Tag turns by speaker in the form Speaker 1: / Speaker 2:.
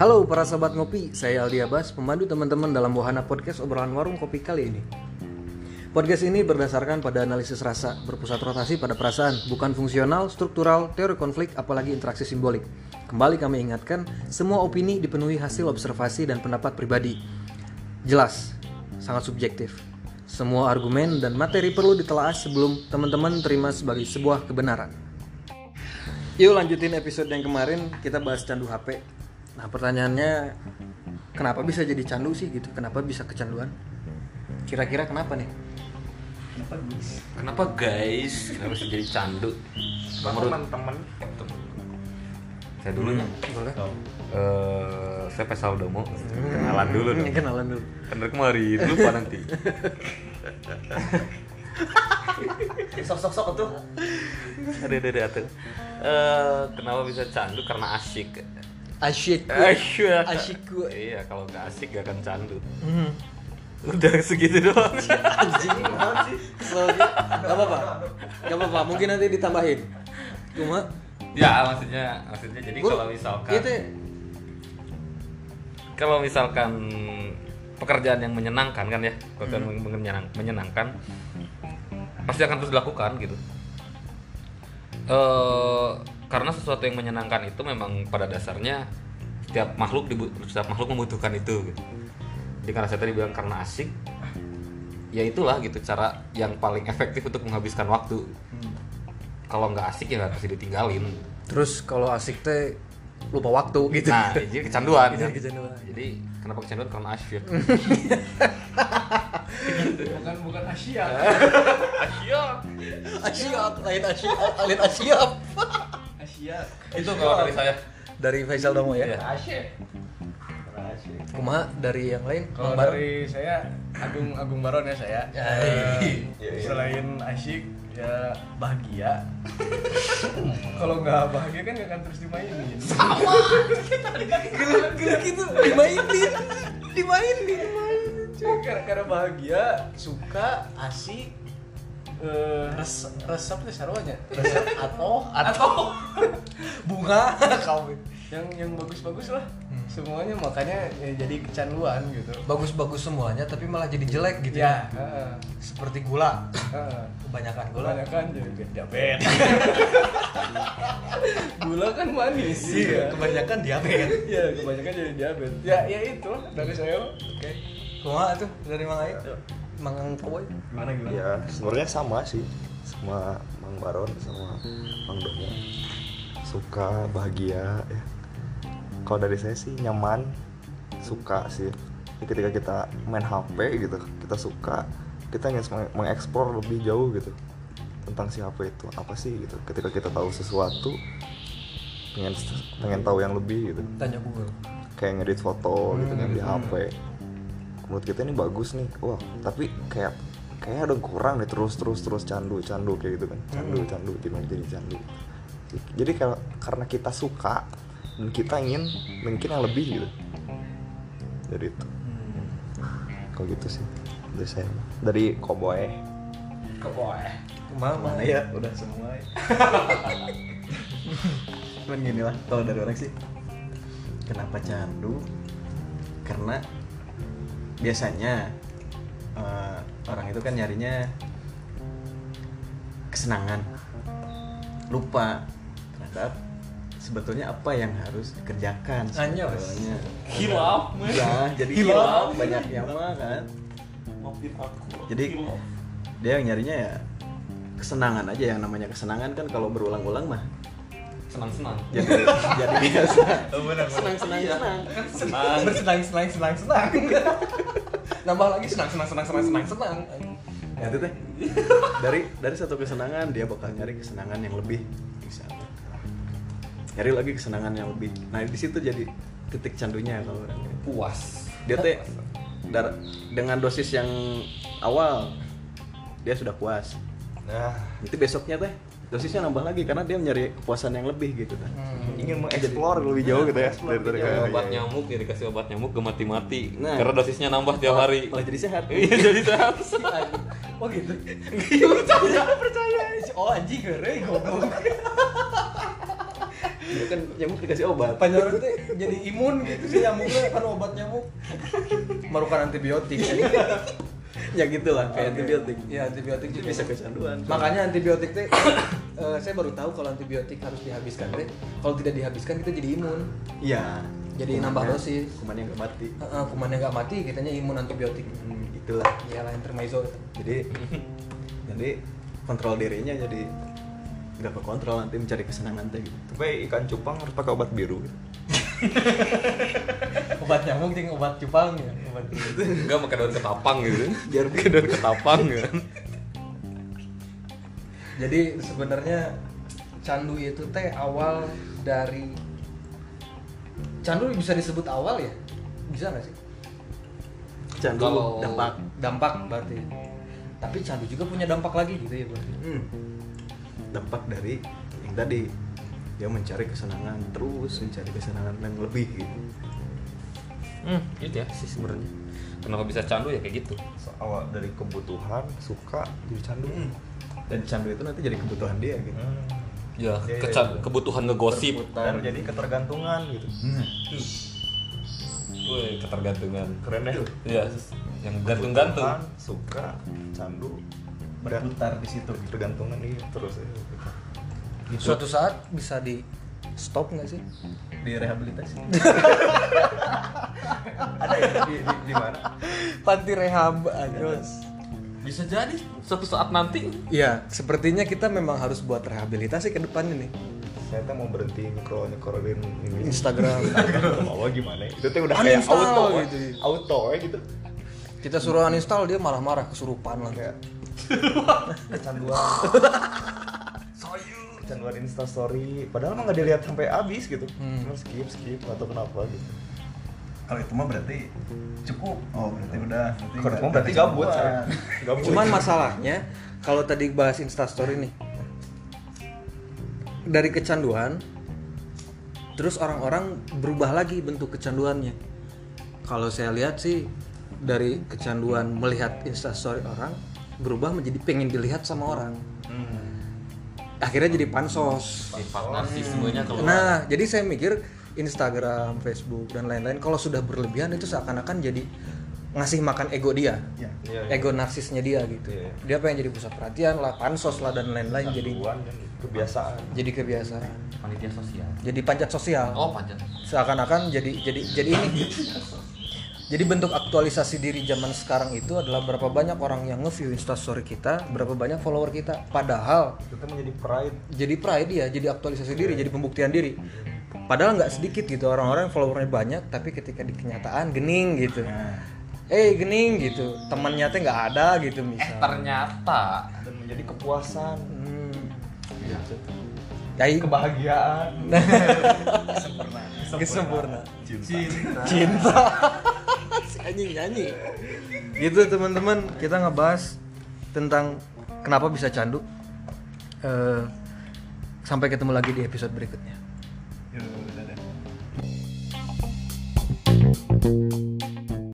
Speaker 1: Halo para sahabat ngopi, saya Aldi Abbas, pemandu teman-teman dalam wahana podcast obrolan warung kopi kali ini. Podcast ini berdasarkan pada analisis rasa, berpusat rotasi pada perasaan, bukan fungsional, struktural, teori konflik, apalagi interaksi simbolik. Kembali kami ingatkan, semua opini dipenuhi hasil observasi dan pendapat pribadi. Jelas, sangat subjektif. Semua argumen dan materi perlu ditelaah sebelum teman-teman terima sebagai sebuah kebenaran. Yuk lanjutin episode yang kemarin, kita bahas candu HP. Nah pertanyaannya, kenapa bisa jadi candu sih gitu? Kenapa bisa kecanduan? Kira-kira kenapa nih?
Speaker 2: Kenapa guys? Kenapa bisa jadi candu? Menurut
Speaker 3: teman-teman
Speaker 2: saya dulu nih.
Speaker 1: Boleh?
Speaker 2: Eh, saya Pesal Domo. Kenalan dulu
Speaker 1: Oh. Hmm,
Speaker 2: dong.
Speaker 1: kenalan dulu.
Speaker 2: Kan dari kemarin lupa nanti.
Speaker 3: sok-sok tuh
Speaker 2: Ada ada ada tuh. Eh, kenapa bisa candu? Karena asik.
Speaker 1: Asyik.
Speaker 2: Asyik.
Speaker 1: Asik gue.
Speaker 2: Iya, kalau nggak asik gak akan candu.
Speaker 1: Hmm.
Speaker 2: Udah segitu doang.
Speaker 1: Iya. Anjing. Slogan. Gak apa-apa. Gak apa-apa. Mungkin nanti ditambahin. Cuma
Speaker 2: ya maksudnya maksudnya jadi
Speaker 1: gua- Iya,
Speaker 2: kalau misalkan
Speaker 1: itu
Speaker 2: kalau misalkan pekerjaan yang menyenangkan kan ya pekerjaan
Speaker 1: Hmm.
Speaker 2: yang menyenang- menyenangkan pasti akan terus dilakukan gitu eh karena sesuatu yang menyenangkan itu memang pada dasarnya setiap makhluk dibu- setiap makhluk membutuhkan itu gitu. jadi karena saya tadi bilang karena asik ya itulah gitu cara yang paling efektif untuk menghabiskan waktu
Speaker 1: Hmm.
Speaker 2: kalau nggak asik ya nggak pasti ditinggalin
Speaker 1: terus kalau asik teh lupa waktu gitu.
Speaker 2: nah jadi
Speaker 1: Jadi
Speaker 2: kecanduan kan.
Speaker 1: kecanduan.
Speaker 2: jadi kenapa kecanduan karena asyik
Speaker 3: bukan bukan Asia
Speaker 2: asyik
Speaker 1: Asyik, lain asyik, lain asyik.
Speaker 3: Asia
Speaker 2: itu kalau dari saya
Speaker 1: Dari Faisal Domo ya.
Speaker 2: Iya.
Speaker 3: Asia
Speaker 1: Kuma dari yang lain.
Speaker 3: kalau
Speaker 1: Bang Bar.
Speaker 3: dari saya Agung Agung Baron ya saya
Speaker 1: Hai.
Speaker 3: Eh, selain asyik ya bahagia kalau nggak bahagia kan nggak akan terus dimainin
Speaker 1: Gila gitu dimainin, dimainin.
Speaker 3: Cuy, karena, karena bahagia suka asik eh, res resep
Speaker 1: ya,
Speaker 3: tuh sarwanya resep atau atau
Speaker 1: Bunga kawin.
Speaker 3: yang yang bagus-bagus lah semuanya makanya ya, jadi kecanduan gitu
Speaker 1: Bagus-bagus semuanya tapi malah jadi jelek gitu ya.
Speaker 3: ya heeh,
Speaker 1: Seperti gula.
Speaker 3: heeh.
Speaker 1: Kebanyakan gula.
Speaker 3: kebanyakan jadi ya, diabetes gula kan manis
Speaker 1: Iya, kebanyakan diabetes.
Speaker 3: ya kebanyakan jadi diabetes ya ya itu dari saya oke
Speaker 1: Kuma tuh dari Mang Ayu. Mang Koboy.
Speaker 3: gimana gimana
Speaker 4: Ya, sebenarnya sama sih sama Mang Baron sama Mang Domo. Suka, bahagia ya. Kalau dari saya sih nyaman, suka sih. Jadi ketika kita main HP gitu, kita suka, kita ingin meng- mengeksplor lebih jauh gitu tentang si HP itu apa sih gitu. Ketika kita tahu sesuatu, pengen pengen tahu yang lebih gitu
Speaker 1: Tanya Google.
Speaker 4: kayak ngedit foto gitu kan di
Speaker 5: Hmm.
Speaker 4: HP. Menurut kita ini bagus nih. Wah, tapi kayak kayak ada kurang nih terus terus terus candu candu kayak gitu kan. Candu
Speaker 5: Hmm.
Speaker 4: candu jadi jadi candu. Jadi kalau karena kita suka dan kita ingin mungkin yang lebih gitu. Dari itu.
Speaker 5: Hmm.
Speaker 4: Kalau gitu sih. Dari saya. Dari Koboy.
Speaker 1: Kuma Mang
Speaker 5: ya udah semua cuman gini lah kalau dari orang sih kenapa candu karena biasanya eh, orang itu kan nyarinya kesenangan lupa terhadap sebetulnya apa yang harus dikerjakan
Speaker 1: Anjay.
Speaker 5: sebetulnya
Speaker 3: hilaf
Speaker 5: Nah, jadi
Speaker 3: Hilaf.
Speaker 5: hilaf banyak yang mah kan jadi dia yang nyarinya ya kesenangan aja yang namanya kesenangan kan kalau berulang-ulang mah
Speaker 2: senang senang
Speaker 5: jadi jadi
Speaker 4: Iya.
Speaker 5: biasa
Speaker 4: Oh,
Speaker 1: senang senang senang.
Speaker 2: senang
Speaker 1: Bersenang senang senang senang. Nambah lagi senang senang senang senang senang senang.
Speaker 5: Ya, itu teh dari dari satu kesenangan dia bakal nyari kesenangan yang lebih misalnya nyari lagi kesenangan yang lebih nah di situ jadi titik candunya kalau orang
Speaker 2: puas
Speaker 5: dia teh dar- dengan dosis yang awal dia sudah puas
Speaker 4: Nah,
Speaker 5: nanti besoknya teh dosisnya nambah lagi karena dia nyari kepuasan yang lebih gitu kan
Speaker 3: Hmm.
Speaker 4: ingin mengeksplor lebih jauh gitu ya dari dari
Speaker 2: Ya, obat
Speaker 4: Iya, iya.
Speaker 2: nyamuk ya dikasih obat nyamuk gemati mati
Speaker 5: Nah.
Speaker 2: karena dosisnya nambah tiap hari
Speaker 5: malah jadi sehat
Speaker 2: iya Oh, jadi sehat
Speaker 1: Oh gitu. Iya percaya percaya. Oh anjing keren goblok.
Speaker 5: Dia kan nyamuk dikasih obat.
Speaker 3: Panyaran tuh jadi imun gitu sih nyamuknya kan obat nyamuk. Merupakan antibiotik.
Speaker 5: ya gitulah kayak antibiotik.
Speaker 3: Ya antibiotik
Speaker 5: Itu
Speaker 3: juga
Speaker 5: bisa kecanduan.
Speaker 3: Makanya antibiotik teh eh, saya baru tahu kalau antibiotik harus dihabiskan teh. Kalau tidak dihabiskan kita jadi imun.
Speaker 5: Iya.
Speaker 3: Jadi nambah dosis.
Speaker 5: Kumannya nggak mati.
Speaker 3: Eh, eh, kumannya nggak mati, kitanya imun antibiotik.
Speaker 5: Hmm, gitulah.
Speaker 3: Ya lain termaizo.
Speaker 5: Jadi jadi kontrol dirinya jadi nggak kekontrol nanti mencari kesenangan teh gitu.
Speaker 4: iya. Tapi ikan cupang harus pakai obat biru. gitu.
Speaker 3: Obat nyamuk jeung obat cupang ya. Obat
Speaker 2: Enggak pakai daun ketapang gitu.
Speaker 5: Biar
Speaker 2: Pakai daun ketapang gitu.
Speaker 3: Jadi sebenarnya candu itu teh awal dari candu bisa disebut awal ya? Bisa nggak sih?
Speaker 5: Candu
Speaker 2: Kalau-
Speaker 5: dampak.
Speaker 3: Dampak berarti. Tapi candu juga punya dampak lagi gitu ya berarti.
Speaker 5: Hmm. Dampak dari yang tadi dia mencari kesenangan terus mencari kesenangan yang lebih gitu.
Speaker 2: Hmm, itu ya sih sebenarnya. Kenapa bisa candu ya kayak gitu?
Speaker 4: Awal dari kebutuhan, suka, jadi candu.
Speaker 5: Hmm. Dan candu itu nanti jadi kebutuhan dia gitu.
Speaker 2: Ya,
Speaker 4: Iya, iya,
Speaker 2: keca-
Speaker 4: iya.
Speaker 2: kebutuhan ngegosip.
Speaker 4: Dan jadi ketergantungan gitu.
Speaker 5: Hmm.
Speaker 2: Woi, ketergantungan.
Speaker 4: Keren deh.
Speaker 2: Iya, yang gantung-gantung.
Speaker 4: Kebutuhan, suka, candu,
Speaker 5: Berputar di situ.
Speaker 4: ketergantungan ini terus ya.
Speaker 3: Hmm.
Speaker 1: Suatu saat bisa di stop nggak sih?
Speaker 5: Di rehabilitasi.
Speaker 4: Ada ya di, di, di mana?
Speaker 1: Panti rehab aja.
Speaker 2: Bisa jadi suatu saat nanti.
Speaker 1: Iya, sepertinya kita memang harus buat rehabilitasi ke depannya nih.
Speaker 4: Saya tuh mau berhenti mikro nyekororin ini.
Speaker 1: Instagram.
Speaker 4: Mau gimana? Itu tuh udah kayak
Speaker 1: Uninstall
Speaker 4: auto
Speaker 1: gitu.
Speaker 4: gitu. Auto ya gitu.
Speaker 1: Kita suruh uninstall dia malah marah kesurupan lah.
Speaker 4: Kayak kecanduan. kecanduan Insta story padahal mah nggak dilihat sampai habis gitu. Cuma skip skip nggak tahu kenapa gitu.
Speaker 5: Kalau itu mah berarti cukup. Oh, berarti udah.
Speaker 4: Kalau itu mah berarti gabut saya. Gabut.
Speaker 1: Cuman masalahnya kalau tadi bahas instastory nih dari kecanduan terus orang-orang berubah lagi bentuk kecanduannya. Kalau saya lihat sih dari kecanduan melihat instastory orang berubah menjadi pengen dilihat sama orang. Akhirnya jadi pansos.
Speaker 2: Sifat narsismenya keluar.
Speaker 1: Nah, jadi saya mikir Instagram, Facebook dan lain-lain kalau sudah berlebihan itu seakan-akan jadi ngasih makan ego dia. Ego narsisnya dia gitu.
Speaker 4: Iya.
Speaker 1: Dia pengen jadi pusat perhatian lah, pansos lah dan lain-lain jadi
Speaker 4: Kecanduan dan kebiasaan.
Speaker 1: jadi kebiasaan.
Speaker 2: Panitia sosial.
Speaker 1: Jadi pancat sosial.
Speaker 2: Oh, panjang.
Speaker 1: Seakan-akan jadi jadi jadi ini. Jadi bentuk aktualisasi diri zaman sekarang itu adalah berapa banyak orang yang nge-view instastory kita, berapa banyak follower kita. Padahal
Speaker 4: Itu tuh menjadi pride
Speaker 1: jadi pride dia jadi aktualisasi diri jadi pembuktian diri padahal nggak sedikit gitu orang-orang yang followernya banyak tapi ketika di kenyataan gening gitu eh gening gitu temannya teh nggak ada gitu
Speaker 2: Eh,
Speaker 1: misal
Speaker 2: ternyata
Speaker 4: dan menjadi kepuasan,
Speaker 1: hmm. Kayak
Speaker 4: kebahagiaan.
Speaker 1: kesempurna cinta, cinta. si anjing nyanyi gitu teman-teman kita ngebahas tentang kenapa bisa candu Eh, sampai ketemu lagi di episode berikutnya